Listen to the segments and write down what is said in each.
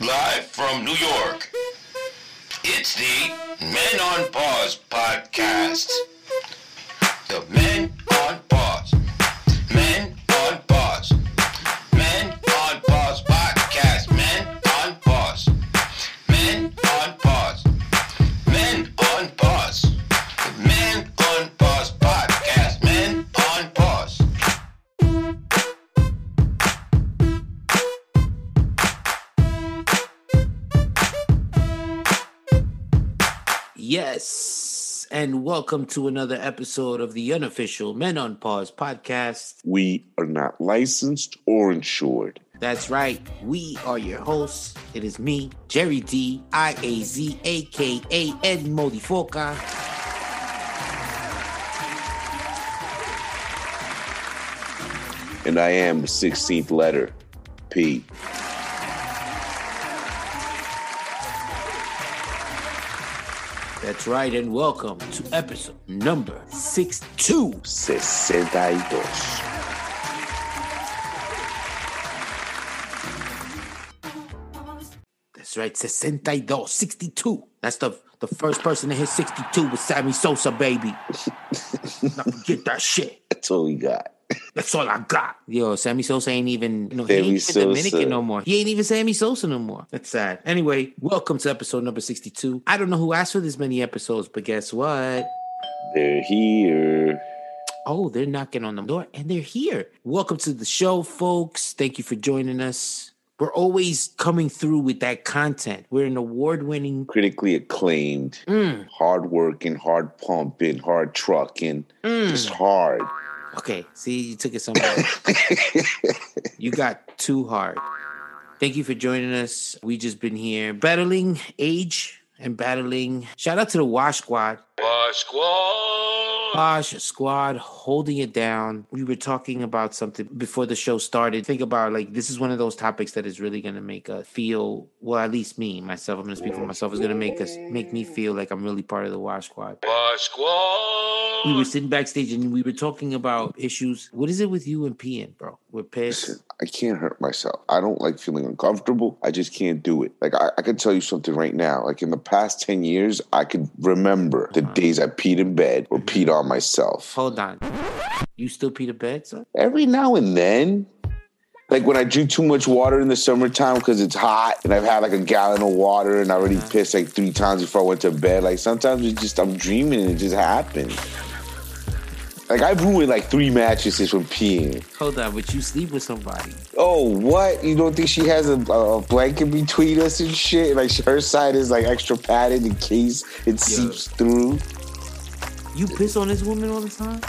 live from New York. It's the Men on Pause podcast. The Men on Pause. Men on Pause. Men on Pause podcast. Men on Pause. Men on Pause. Men on Pause. The Men on Pause podcast. Men on Pause. Yes, and welcome to another episode of the unofficial Men on Pause podcast. We are not licensed or insured. That's right, we are your hosts. It is me, Jerry D, I A Z, A K A Ed Modifoca. And I am the 16th letter, P. That's right, and welcome to episode number 62. 62. That's right, 62, 62. That's the, the first person to hit 62 with Sammy Sosa, baby. Now forget that shit. That's all we got. That's all I got. Yo, Sammy Sosa ain't even no, he ain't even Sammy Sosa. Dominican no more. He ain't even Sammy Sosa no more. That's sad. Anyway, welcome to episode number 62. I don't know who asked for this many episodes, but guess what? They're here. Oh, they're knocking on the door and they're here. Welcome to the show, folks. Thank you for joining us. We're always coming through with that content. We're an award winning. Critically acclaimed, Mm, hard working, hard pumping, hard trucking. Just mm. hard. Okay, see, you took it somewhere. You got too hard. Thank you for joining us. We just been here battling age and battling. Shout out to the Wash Squad. Wash squad. Wash Squad holding it down. We were talking about something before the show started. Think about like this is one of those topics that is really gonna make us feel well, at least me, myself. I'm gonna speak for myself. It's gonna make us make me feel like I'm really part of the Wash Squad. Wash squad. We were sitting backstage and we were talking about issues. What is it with you and peeing, bro? We're pissed. I can't hurt myself. I don't like feeling uncomfortable. I just can't do it. Like I, I could tell you something right now. Like in the past ten years, I could remember the days I peed in bed or peed on myself. Hold on. You still pee the bed, son? Every now and then, like when I drink too much water in the summertime because it's hot, and I've had like a gallon of water, and I already pissed like three times before I went to bed. Like sometimes it's just I'm dreaming and it just happened. Like I've ruined like three mattresses from peeing. Hold on, but you sleep with somebody. Oh, what? You don't think she has a, a blanket between us and shit? Like her side is like extra padded in case it seeps through. You piss on this woman all the time?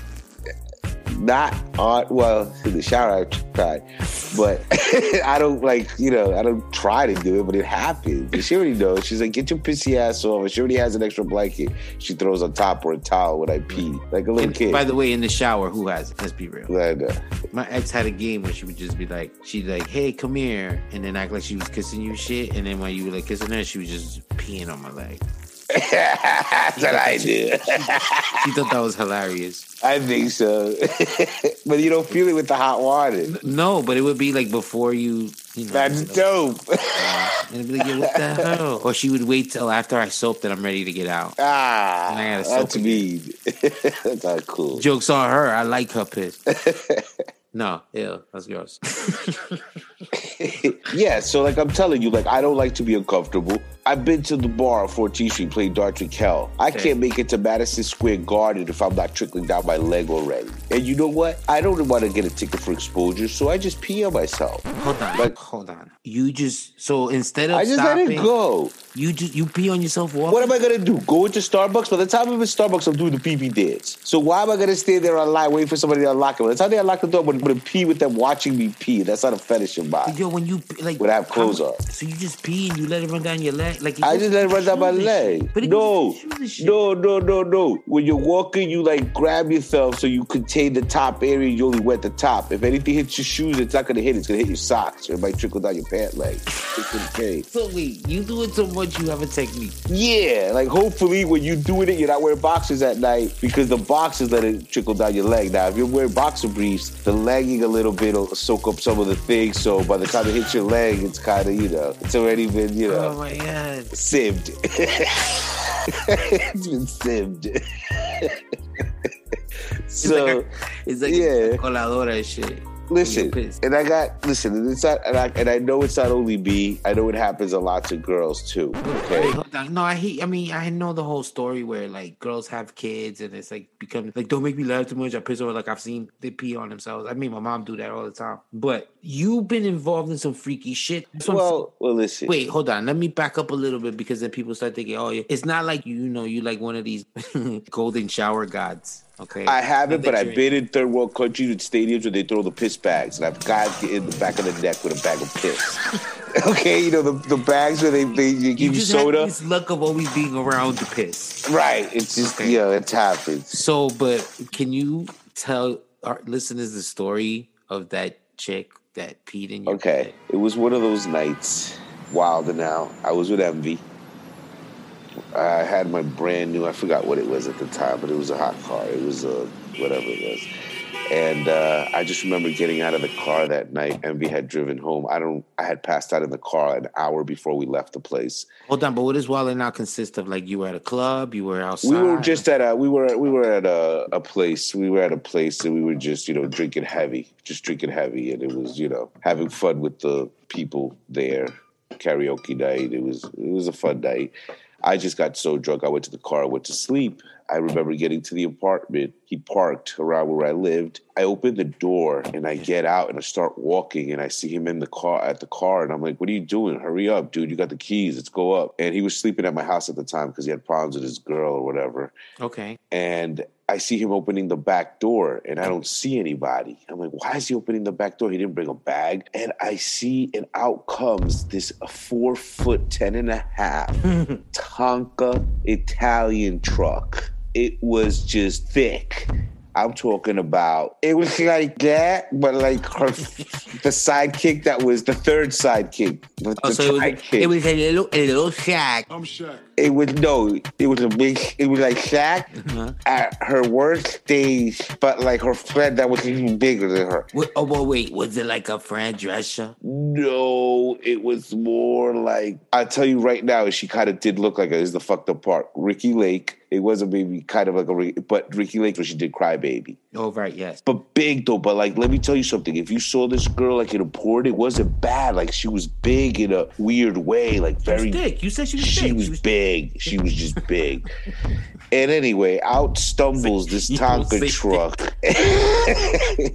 Not on. Well, in the shower I tried, but I don't like you know I don't try to do it, but it happens. And she already knows. She's like, get your pissy ass off. And she already has an extra blanket. She throws on top or a towel when I pee, like a little And kid. By the way, in the shower, who has it? Let's be real. Like, uh, My ex had a game where she would just be like, she'd like, hey, come here, and then act like she was kissing you and shit, and then when you were like kissing her, she was just peeing on my leg. that's what I do. She thought that was hilarious. I think so, but you don't feel it with the hot water. No, but it would be like before you, you know. That's dope. And it'd be like, "Yo, what the hell? Or she would wait till after I soap that I'm ready to get out. ah, And I gotta that's soak it. mean. that's not cool. Jokes on her. I like her piss. No, yeah, that's gross. yeah, so like I'm telling you, like I don't like to be uncomfortable. I've been to the bar on 14th Street playing darts with Kel. I Okay. can't make it to Madison Square Garden if I'm not trickling down my leg already. And you know what? I don't want to get a ticket for exposure, so I just pee on myself. Hold on, Like- hold on. You just so instead of I just stopping, let it go. You just you pee on yourself walking. What am I gonna do? Go into Starbucks? By the time I'm in Starbucks, I'm doing the pee pee dance. So why am I gonna stay there online waiting for somebody to unlock it? By the time they unlock the door, I'm gonna- I'm gonna pee with them watching me pee. That's not a fetish of mine. Yo, when you pee, like When I have clothes how- on. so you just pee and you let it run down your leg. Like it I goes just let it to run down my shoes and leg. shit. But it No, goes to shoes and shit. no, no, no, no. When you're walking, you like grab yourself so you contain the top area. You only wet the top. If anything hits your shoes, it's not gonna hit. It's gonna hit your socks. It might trickle down your pant leg. freaking pay. So wait, you do it so much, you have a technique. Yeah, like hopefully when you doing it, you're not wearing boxers at night because the boxers let it trickle down your leg. Now, if you're wearing boxer briefs, the legging a little bit will soak up some of the things. So by the time it hits your leg, it's kind of you know, it's already been you know. Oh my god. sieved. it's been sieved. so It's like Yeah. yeah. coladora and shit. listen, You're pissed. and I got listen, and it's not, and I, and I know it's not only me. I know it happens a lot to girls too. Wait, Okay, hold on. No, I hate. I mean, I know the whole story where like girls have kids and it's like become like don't make me laugh too much. I piss over like I've seen they pee on themselves. I mean, my mom do that all the time. But you've been involved in some freaky shit. That's what I'm saying. well, well, listen. Wait, hold on. Let me back up a little bit because then people start thinking, oh, yeah. it's not like you, you know, you like one of these golden shower gods. Okay. I haven't, but I've Victory. been in third world countries and stadiums where they throw the piss bags, and I've got to get in the back of the neck with a bag of piss. okay, you know the, the bags where they they, they you give you, just soda, have this luck of always being around the piss. right? It's just Okay. you know it happens. So, but can you tell our listeners the story of that chick that peed in your Okay, bed? it was one of those nights, wild and out. I was with Envy. I had my brand new, I forgot what it was at the time, but it was a hot car. It was a whatever it was. And uh, I just remember getting out of the car that night. Envy had driven home. I don't, I had passed out in the car an hour before we left the place. Hold on, but what does Wilding Out consist of? Like you were at a club, you were outside. We were just at a we were we were at a, a place we were at a place and we were just you know drinking heavy, just drinking heavy, and it was you know having fun with the people there. Karaoke night. It was it was a fun night. I just got so drunk. I went to the car. I went to sleep. I remember getting to the apartment. He parked around where I lived. I open the door and I get out and I start walking and I see him in the car at the car and I'm like, "What are you doing? Hurry up, dude! You got the keys. Let's go up." And he was sleeping at my house at the time because he had problems with his girl or whatever okay. and I see him opening the back door and I don't see anybody. I'm like, why is he opening the back door? He didn't bring a bag. And I see, and out comes this four foot, ten and a half Tonka Italian truck. It was just thick. I'm talking about it was like that, but like her, the sidekick that was the third sidekick. The, Um, Oh, the so it was, sidekick. it was a little, a little shack. I'm Shaq. It was no, it was a big, it was like Shaq Uh-huh. at her worst days, but like her friend that was even bigger than her. Wait, oh, well, wait, was it like a friend dresser? No, it was more like I tell you right now, she kind of did look like her. This is the fucked up part. Ricky Lake, it was a baby, kind of like a, Rick- but Ricky Lake, she did cry baby. Oh, right, yes. But big though, but like, let me tell you something. If you saw this girl like in a port, it wasn't bad. Like she was big in a weird way, like very she was thick. You said she was she thick. was big. She was just big. and anyway, out stumbles this You don't say Tonka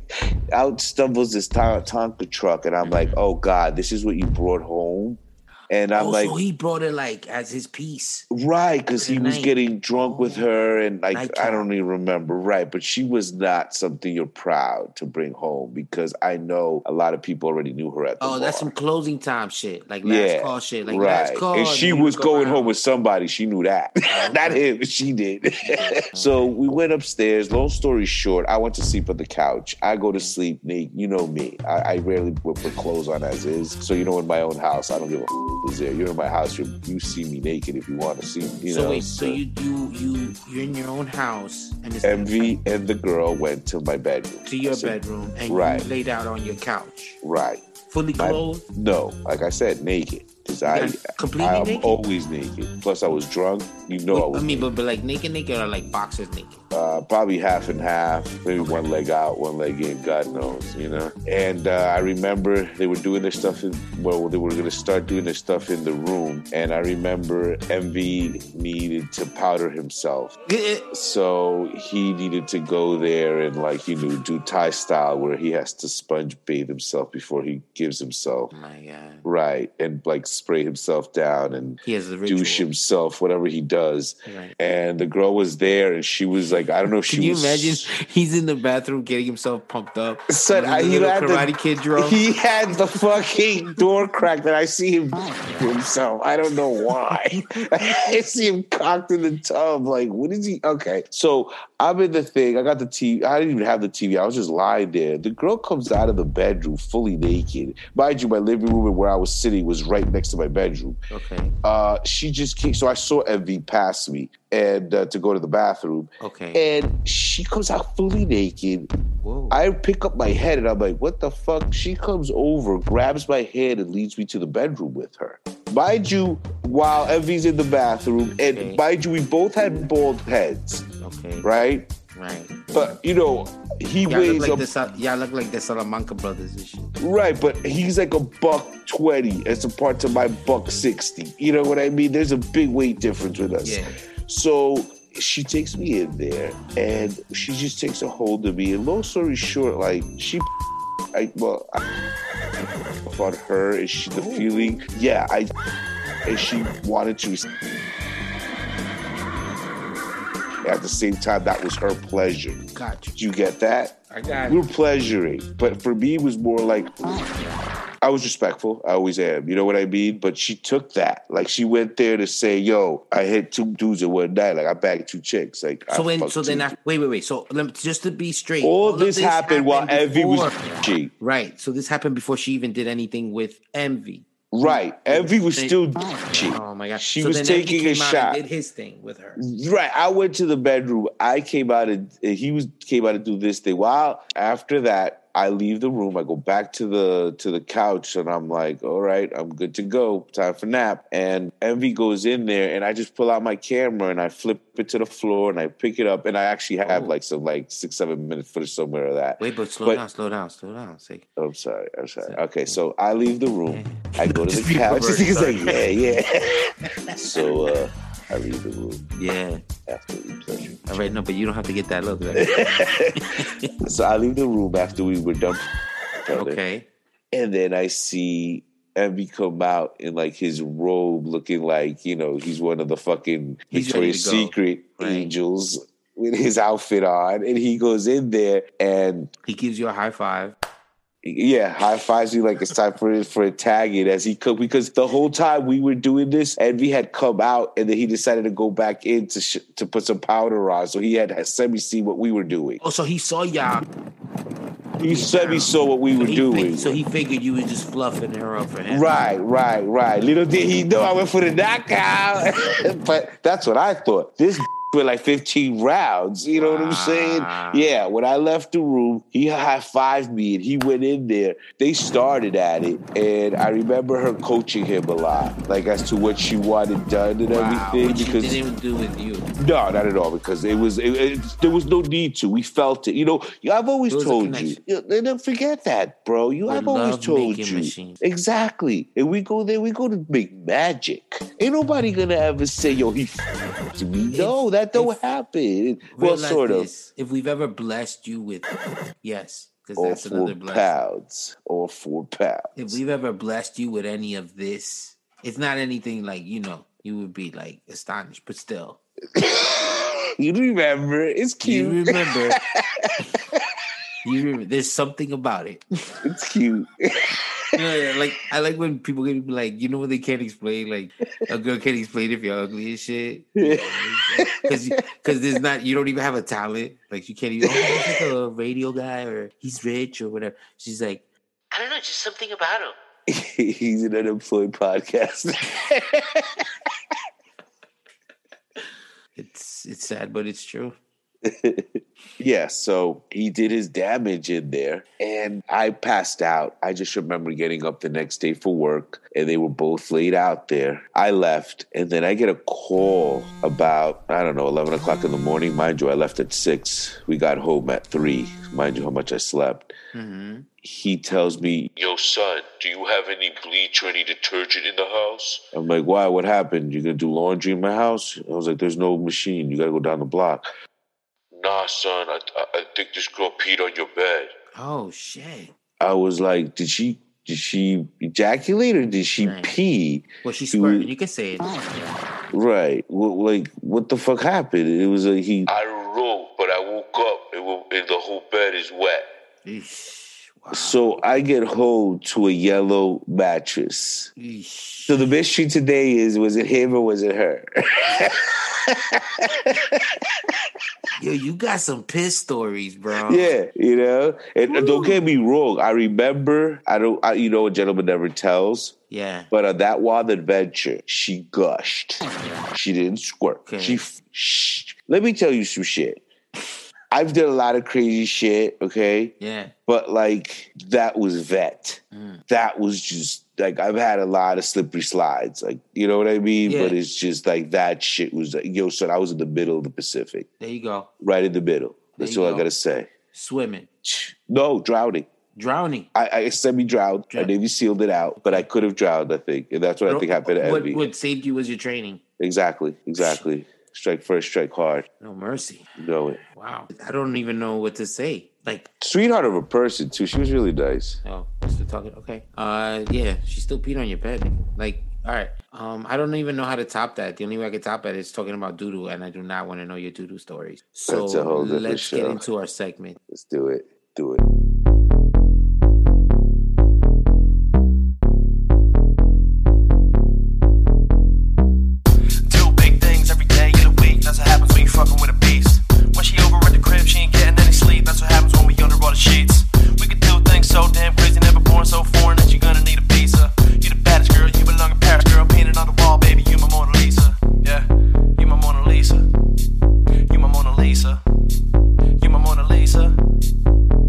truck. out stumbles this ton- Tonka truck, and I'm like, oh god, this is what you brought home. And I'm oh, like, so he brought it like as his piece. right, because he was Night. getting drunk with her, and like Nightcap. I don't even remember, right? But she was not something you're proud to bring home because I know a lot of people already knew her at the Oh, that's bar. some closing time shit, like last Yeah, call shit, like right. last call. and she you was go Oh, going out. home with somebody. She knew that. Not him. She did. so we went upstairs. Long story short, I went to sleep on the couch. I go to sleep, Nate. You know me. I, I rarely put put clothes on as is. So, you know, in my own house, I don't give a who's there. You're in my house. You you see me naked if you want to see me. You so know, wait, so you you you you're in your own house and it's Envy and the girl went to my bedroom. to your I said, bedroom and Right. you laid out on your couch, Right. fully I- clothed. no, like I said, naked. 'Cause You I, guys completely I'm naked? always naked. Plus, I was drunk. You know, I I was mean, but, but like naked, naked or like boxers naked. uh, probably half and half, maybe one leg out, one leg in, God knows, you know. And uh, I remember they were doing their stuff in, well, they were going to start doing their stuff in the room. And I remember Envy needed to powder himself. So he needed to go there and, like, you know, do Thai style where he has to sponge bathe himself before he gives himself. Oh my god. Right. And like spray himself down and He has the ritual. douche himself, whatever he does. Right. And the girl was there, and she was like, I don't know if she Can you was imagine? He's in the bathroom getting himself pumped up. Son, With a I- he little had the- Karate Kid drum. He had the fucking door crack that I see him Oh himself. I don't know why. I see him cocked in the tub. Like, what is he? Okay. So I'm in the thing. I got the TV. I didn't even have the TV. I was just lying there. The girl comes out of the bedroom fully naked. Mind you, my living room and where I was sitting was right next to my bedroom okay. uh, she just came. So I saw MV pass me and uh, to go to the bathroom, Okay. and she comes out fully naked. Whoa. I pick up my head and I'm like, "What the fuck?" She comes over, grabs my hand, and leads me to the bedroom with her. Mind you, while MV's in the bathroom, Okay. and mind you, we both had bald heads, okay. Right. right? But you know, he Y'all look, weighs like a the, Sa- y'all look like the Salamanca brothers and shit. Right, but he's like a buck twenty as opposed to my buck sixty. You know what I mean? There's a big weight difference with us. Yeah. So she takes me in there and she just takes a hold of me. And long story short, like she I well I on her and she the feeling. Yeah, I and she wanted to at the same time that was her pleasure. Gotcha. Did you get that? I got We it. were pleasuring, but for me, it was more like I was respectful. I always am. You know what I mean? But she took that. Like she went there to say, "Yo, I hit two dudes in one night. Like I bagged two chicks. Like I So when, fucked so then, two I, wait, wait, wait. So let me, just to be straight, all of this happened while Evie was before- she. right. So this happened before she even did anything with Envy. Right. Evie was They- still she. Oh my gosh. She So was then Envy taking a came out and shot. Did his thing with her. Right. I went to the bedroom. I came out and, and he was came out and do this thing. While after that, I leave the room. I go back to the to the couch and I'm like, all right, I'm good to go. Time for nap. And Envy goes in there and I just pull out my camera and I flip it to the floor and I pick it up and I actually have Oh. like some like six, seven minute footage somewhere of that. Wait, but slow But- down, slow down, slow down. Say, I'm sorry. I'm sorry. Okay, so I leave the room. I go to Just the be couch. perverse, He's like, yeah, sorry. yeah. so uh, I leave the room yeah. after the pleasure. All right, no, but you don't have to get that look. Right? so I leave the room after we were done. f- okay. And then I see Envy come out in like his robe looking like, you know, he's one of the fucking He's ready to Victoria's go. Secret Right. angels with his outfit on. And he goes in there and He gives you a high five. yeah, high fives you like it's time for for a tagging as he cooked because the whole time we were doing this, Envy had come out and then he decided to go back in to sh- to put some powder on, so he had, had semi see what we were doing. Oh, so he saw y'all. He semi saw what we were he doing. fig- so he figured you was just fluffing her up for him. Right, right, right. Little did he know I went for the knockout. but that's what I thought. This went like 15 rounds. You know what I'm saying? Wow. Yeah, when I left the room, he high fived me and he went in there. They started at it. And I remember her coaching him a lot, like as to what she wanted done and Wow, everything. which because he didn't even do with you. no, not at all. Because it was it, it- there was no need to. We felt it. You know, I've always There was a told you. connection. you know, Don't forget that, bro. You, We're I've always told love-making you machines. exactly. And we go there. We go to make magic. Ain't nobody gonna ever say, "Yo, he f- me." No, that don't if- happen. Well, Realize sort of. this, If we've ever blessed you with, yes, because Or that's four another blessing. pounds. Or four pounds. If we've ever blessed you with any of this, it's not anything like you know. You would be like astonished, but still, you remember? It's cute. you remember. you remember. There's something about it. it's cute. You know, like I like when people get like, you know, what they can't explain. Like a girl can't explain if you're ugly and shit. because because there's not you don't even have a talent like you can't even oh, he's like a radio guy or he's rich or whatever she's like i don't know just something about him He's an unemployed podcast. it's it's sad but it's true Yeah, so he did his damage in there, and I passed out. I just remember getting up the next day for work, and they were both laid out there. I left, and then I get a call about, I don't know, 11 o'clock in the morning. Mind you, I left at 6. We got home at 3. Mind you, how much I slept. hmm He tells me, Yo, son, do you have any bleach or any detergent in the house? I'm like, why? What happened? You're going to do laundry in my house? I was like, there's no machine. You got to go down the block. Nah, son, I, I, I think this girl peed on your bed. oh shit I was like, did she did she ejaculate or did she Right. pee? Well, she's He was- squirting. You can say it. Right. Wh- like what the fuck happened? It was like he I don't know, but I woke up and, wo- and the whole bed is wet. Eesh, wow. so I get hold to a yellow mattress. Eesh. So the mystery today is was it him or was it her? Yo, you got some piss stories, bro. yeah, you know. And and Ooh. don't get me wrong, I remember I don't I, you know a gentleman never tells, Yeah. but on that wild adventure, she gushed. She didn't squirt. Okay. She f- shh. Let me tell you some shit. I've done a lot of crazy shit, okay? Yeah. But like that was vet. Mm. That was just like I've had a lot of slippery slides, like you know what I mean. Yeah. But it's just like that shit was like, yo, son. I was in the middle of the Pacific, There you go. right in the middle. There That's you all go. I gotta say. Swimming, No drowning. drowning. I, I semi drowned. I Yeah. Navy sealed it out, but I could have drowned. I think, and that's what I think happened to what, Envy. what saved you was your training. Exactly, exactly. Strike first, strike hard. No mercy. You know it. Wow. I don't even know what to say. Like, Sweetheart of a person too. She was really nice. oh, we're still talking. Okay. Uh, yeah. She still peed on your bed. nigga. Like, all right. Um, I don't even know how to top that. The only way I could top that is talking about doodoo, and I do not want to know your doodoo stories. So That's a whole different let's get show. into our segment. Let's do it. Do it. Do big things every day of the week. That's what happens when you fucking with a beast. When she over at the crib, she ain't getting any sleep. That's what happens when we under all the sheets. We can do things so damn crazy, never born so foreign that you're gonna need a visa. You the baddest girl, you belong in Paris, girl. Painted on the wall, baby, you my Mona Lisa. Yeah, you my Mona Lisa. You my Mona Lisa. You my Mona Lisa.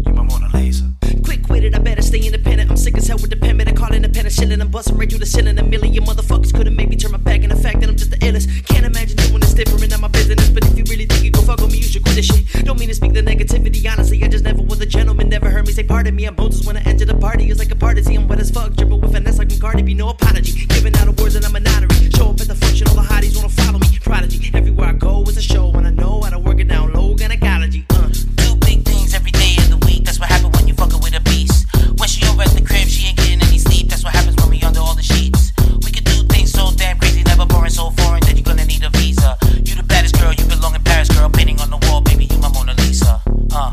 You my Mona Lisa. Quick with it, I better stay independent. I'm sick as hell with the pen, man. I call in the pen and shilling. I'm busting right through the ceiling. A million motherfuckers couldn't make me turn my back. And the fact that I'm just the illest. Can't imagine doing this different in my business. But if you really think you go fuck with me, you should quit this shit. Don't mean to speak the negativity. Honestly, I just never was a gentleman. Never heard me say pardon me. I'm bones when I enter the party. It's like a party. See, I'm wet as fuck. Dribble with finesse like I'm Cardi B. No apology. Giving out awards and I'm a notary. Show up at the function, all the hotties wanna follow me. Prodigy. Everywhere I go is a show. And I know how to work it down low. Gynecology. Uh. Do big things every day of the week. That's what happens when you fucking with a beast. When she over at the crib, she ain't getting any sleep. That's what happens when we under all the sheets. We can do things so damn crazy, never boring, so foreign that you're gonna need a visa. You the baddest girl, you belong in Paris, girl. Painting on the wall, baby, you my Mona Lisa. Uh,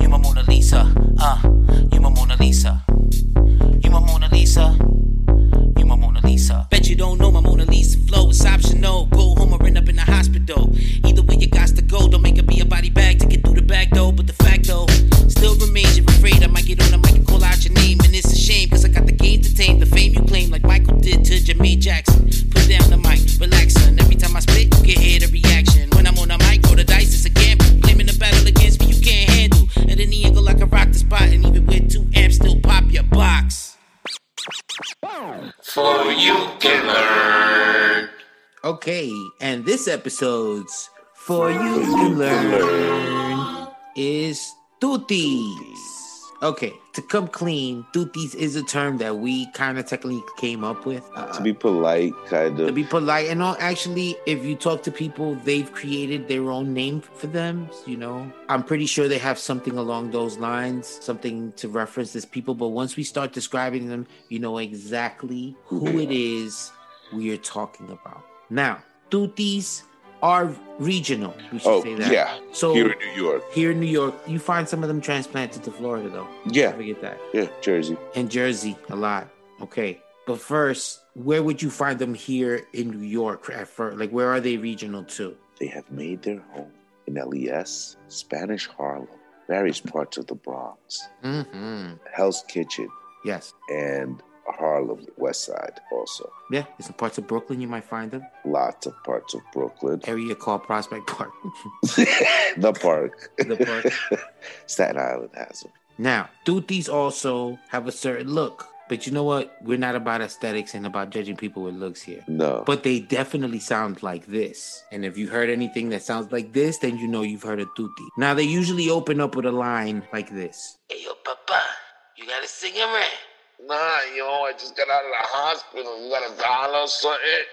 you my Mona Lisa. Uh, you my Mona Lisa. You my Mona Lisa. You my Mona Lisa. Bet you don't know my Mona Lisa flow. It's optional. Go home or end up in the hospital. Either way, you got to go. Don't make it be a body bag to get through the back door. But the fact though, still remains you're afraid. I might get on the mic and call out your name. And it's a shame, cause I got the game to tame. The fame you claim, like Michael did to Jermaine Jackson. Put down the mic, relax, son. Every time I spit, you can hear the reaction. When I'm on the mic, roll the dice, it's a gamble. Claiming the battle against me, you can't handle. At any angle, I can rock the spot. And even with two amps, still pop your box. For you can learn. Okay, and this episode's For You to Learn is Tooties. Okay, to come clean, Tooties is a term that we kind of technically came up with. Uh, To be polite, kind to of. be polite and all, actually, if you talk to people, they've created their own name for them. You know, I'm pretty sure they have something along those lines, something to reference as people. But once we start describing them, you know exactly who it is we are talking about. Now, tutis are regional. We should Oh say that. yeah, So here in New York. here in New York, you find some of them transplanted to Florida, though. Yeah, Don't forget that yeah, Jersey. and Jersey a lot. Okay. But first, where would you find them here in New York at first? Like, where are they regional to? They have made their home in LES, Spanish Harlem, various parts of the Bronx, Mm-hmm. Hell's Kitchen, Yes. and Harlem West Side. Also, Yeah. There's some parts of Brooklyn you might find them. lots of parts of Brooklyn, Area called Prospect Park. the park, the park. Staten Island has them. Now, duties also have a certain look. But you know what? We're not about aesthetics and about judging people with looks here. No, But they definitely sound like this. And if you heard anything that sounds like this, then you know you've heard a tutti. Now, they usually open up with a line like this. Hey, yo, papa, you gotta sing him right. Nah, yo, I just got out of the hospital. You got a dollar or something?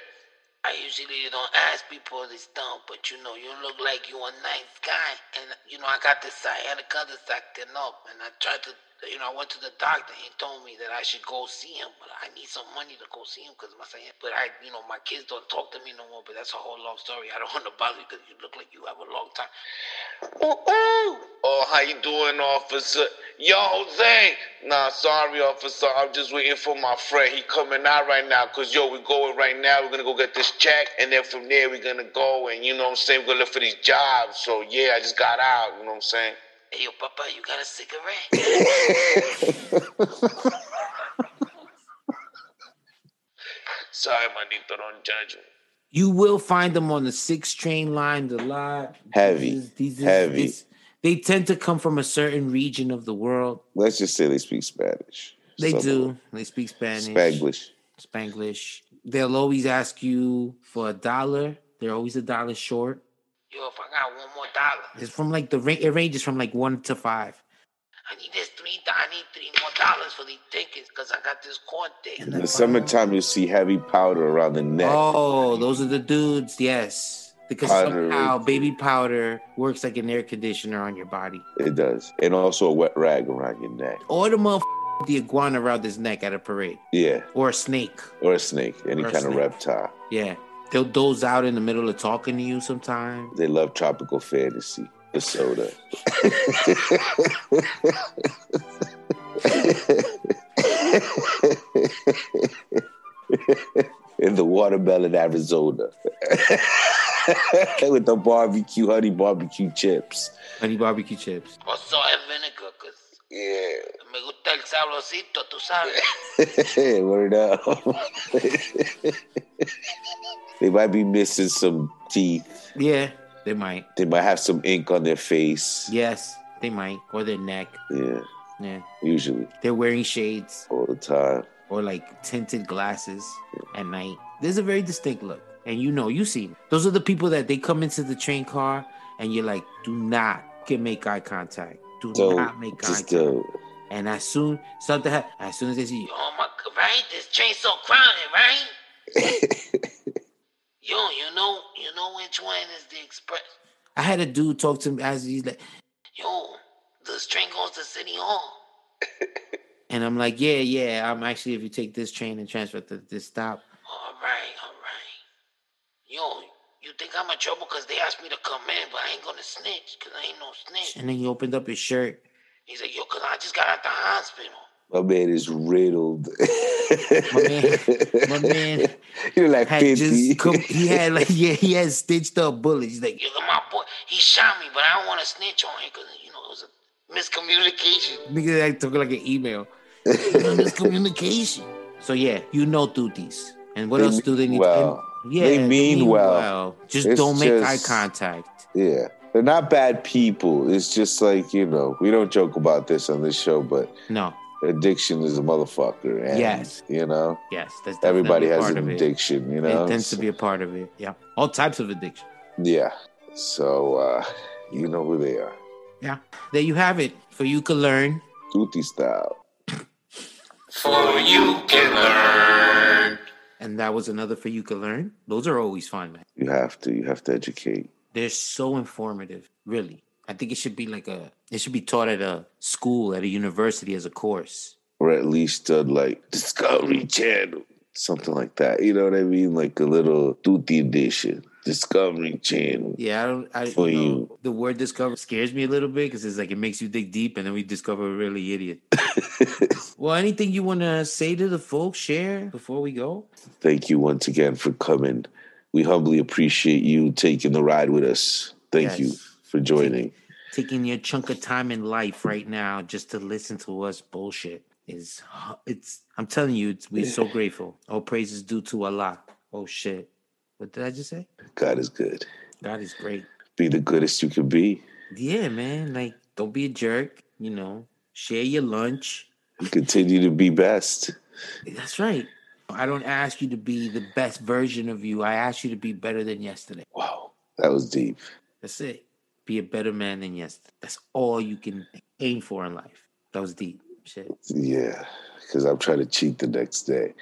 I usually don't ask people this down, but you know, you look like you a nice guy. And, you know, I got the sciatic other acting up, and I tried to you know, I went to the doctor. He told me that I should go see him, but I need some money to go see him because my son. But I, you know, my kids don't talk to me no more. But that's a whole long story. I don't want to bother you because you look like you have a long time. Ooh, ooh. Oh, how you doing, officer? Yo, Jose. Nah, sorry, officer. I'm just waiting for my friend. He coming out right now. Cause yo, we going right now. We're gonna go get this check, and then from there we're gonna go and you know what I'm saying. We're gonna look for these jobs. So yeah, I just got out. You know what I'm saying. Hey, yo, Papa, you got a cigarette? Sorry, manito, don't judge me. You will find them on the six train line, the lot. Heavy. These is- these is- Heavy. these- they tend to come from a certain region of the world. Let's just say they speak Spanish. They Some do. They speak Spanish. Spanglish. Spanglish. They'll always ask you for a dollar. They're always a dollar short. Yo, if I got one more dollar, It's from like the range. It ranges from like one to five. I need this three. do- I need three more dollars for these tickets because I got this court date. In the summertime, you see heavy powder around the neck. Oh, those are the dudes. Yes, because Powder. somehow baby powder works like an air conditioner on your body. It does, and also a wet rag around your neck. Or the mother the iguana around his neck at a parade, Yeah, or a snake. or a snake, any Or a kind of snake. reptile. Yeah, they'll doze out in the middle of talking to you sometime. They love tropical fantasy. The soda. In the watermelon, Arizona, with the barbecue, honey barbecue chips. Honey barbecue chips. Or salt and vinegar because Yeah, me gusta el sabrosito, tú sabes. word up. they might be missing some teeth. Yeah, they might. They might have some ink on their face. Yes, they might. Or their neck. yeah Yeah, usually they're wearing shades all the time. or like tinted glasses at night. There's a very distinct look, and you know, you see. 'em. Those are the people that they come into the train car, and you're like, do not get make eye contact. Do Don't not make eye just contact. don't. And as soon something, ha- as soon as they see you, Oh my god, right? This train's so crowded, right? Yo, you know, you know which one is the express? I had a dude talk to me as he's like, Yo, this train goes to City Hall. and I'm like, yeah, yeah, I'm actually if you take this train and transfer to this stop, All right, all right. Yo, you think I'm in trouble because they asked me to come in, but I ain't gonna snitch because I ain't no snitch. and then he opened up his shirt. He's like, yo, because I just got out the hospital. My man is riddled. My man, my man You're like had fifty. just come, he had like yeah, he had stitched up bullets. He's like, You look at my boy. He shot me, but I don't want to snitch on him because, you know, it was a miscommunication. nigga, that took like an email. Miscommunication. So yeah, you know duties. And what They else do they mean need? well. and- yeah, They mean well. Just It's don't make eye just- contact. yeah, they're not bad people. It's just like you know, we don't joke about this on this show, but No. addiction is a motherfucker. And, Yes. you know, Yes, that's definitely everybody has part an of it. addiction. You know, It tends to be a part of it. Yeah. All types of addiction. yeah. So uh, you know who they are. Yeah. There you have it. For you to learn. Duty style. And that was another for you to learn. Those are always fun, man. You have to. You have to educate. They're so informative, really. I think it should be like a it should be taught at a school, at a university as a course. or at least uh, like Discovery Channel, something like that. You know what I mean? Like a little Tutti edition, Discovery Channel. Yeah, I don't I For you know, you. the word discover scares me a little bit because it's like it makes you dig deep and then we discover we're really idiot. well, anything you wanna say to the folks, share before we go? Thank you once again for coming. We humbly appreciate you taking the ride with us. Thank Yes. you for joining. taking your chunk of time in life right now just to listen to us bullshit is it's i'm telling you it's, we're so grateful all praise is due to allah oh shit what did i just say God is good. god is great Be the goodest you can be. yeah man like don't be a jerk you know share your lunch Continue to be best. that's right i don't ask you to be the best version of you i ask you to be better than yesterday Wow, that was deep. that's it be a better man than yesterday that's all you can aim for in life that was deep shit Yeah, because I'm trying to cheat the next day.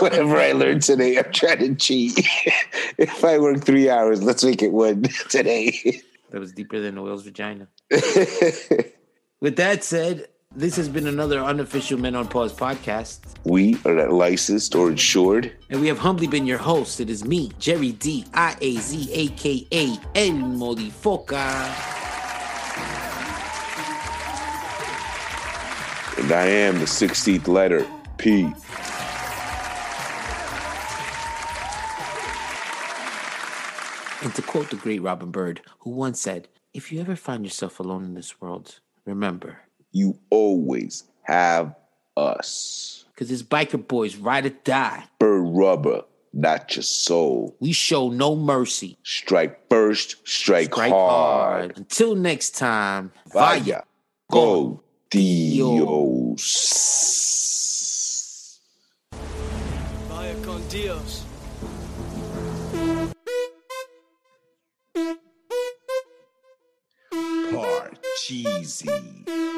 Whatever I learned today, I'm trying to cheat. if I work three hours, let's make it one today. that was deeper than oil's vagina With that said, This has been another unofficial Men on Pause podcast. We are licensed or insured. And we have humbly been your host. It is me, Jerry D. I A Z A K A El Modifoca. And I am the 16th letter, P. And to quote the great Robin Bird, who once said, If you ever find yourself alone in this world, remember, You always have us. because this biker boys ride or die. Bird rubber, not your soul. We show no mercy. Strike first, strike, Right hard. hard. Until next time, Vaya, go, Dios. Vaya con Dios. Parcheesi.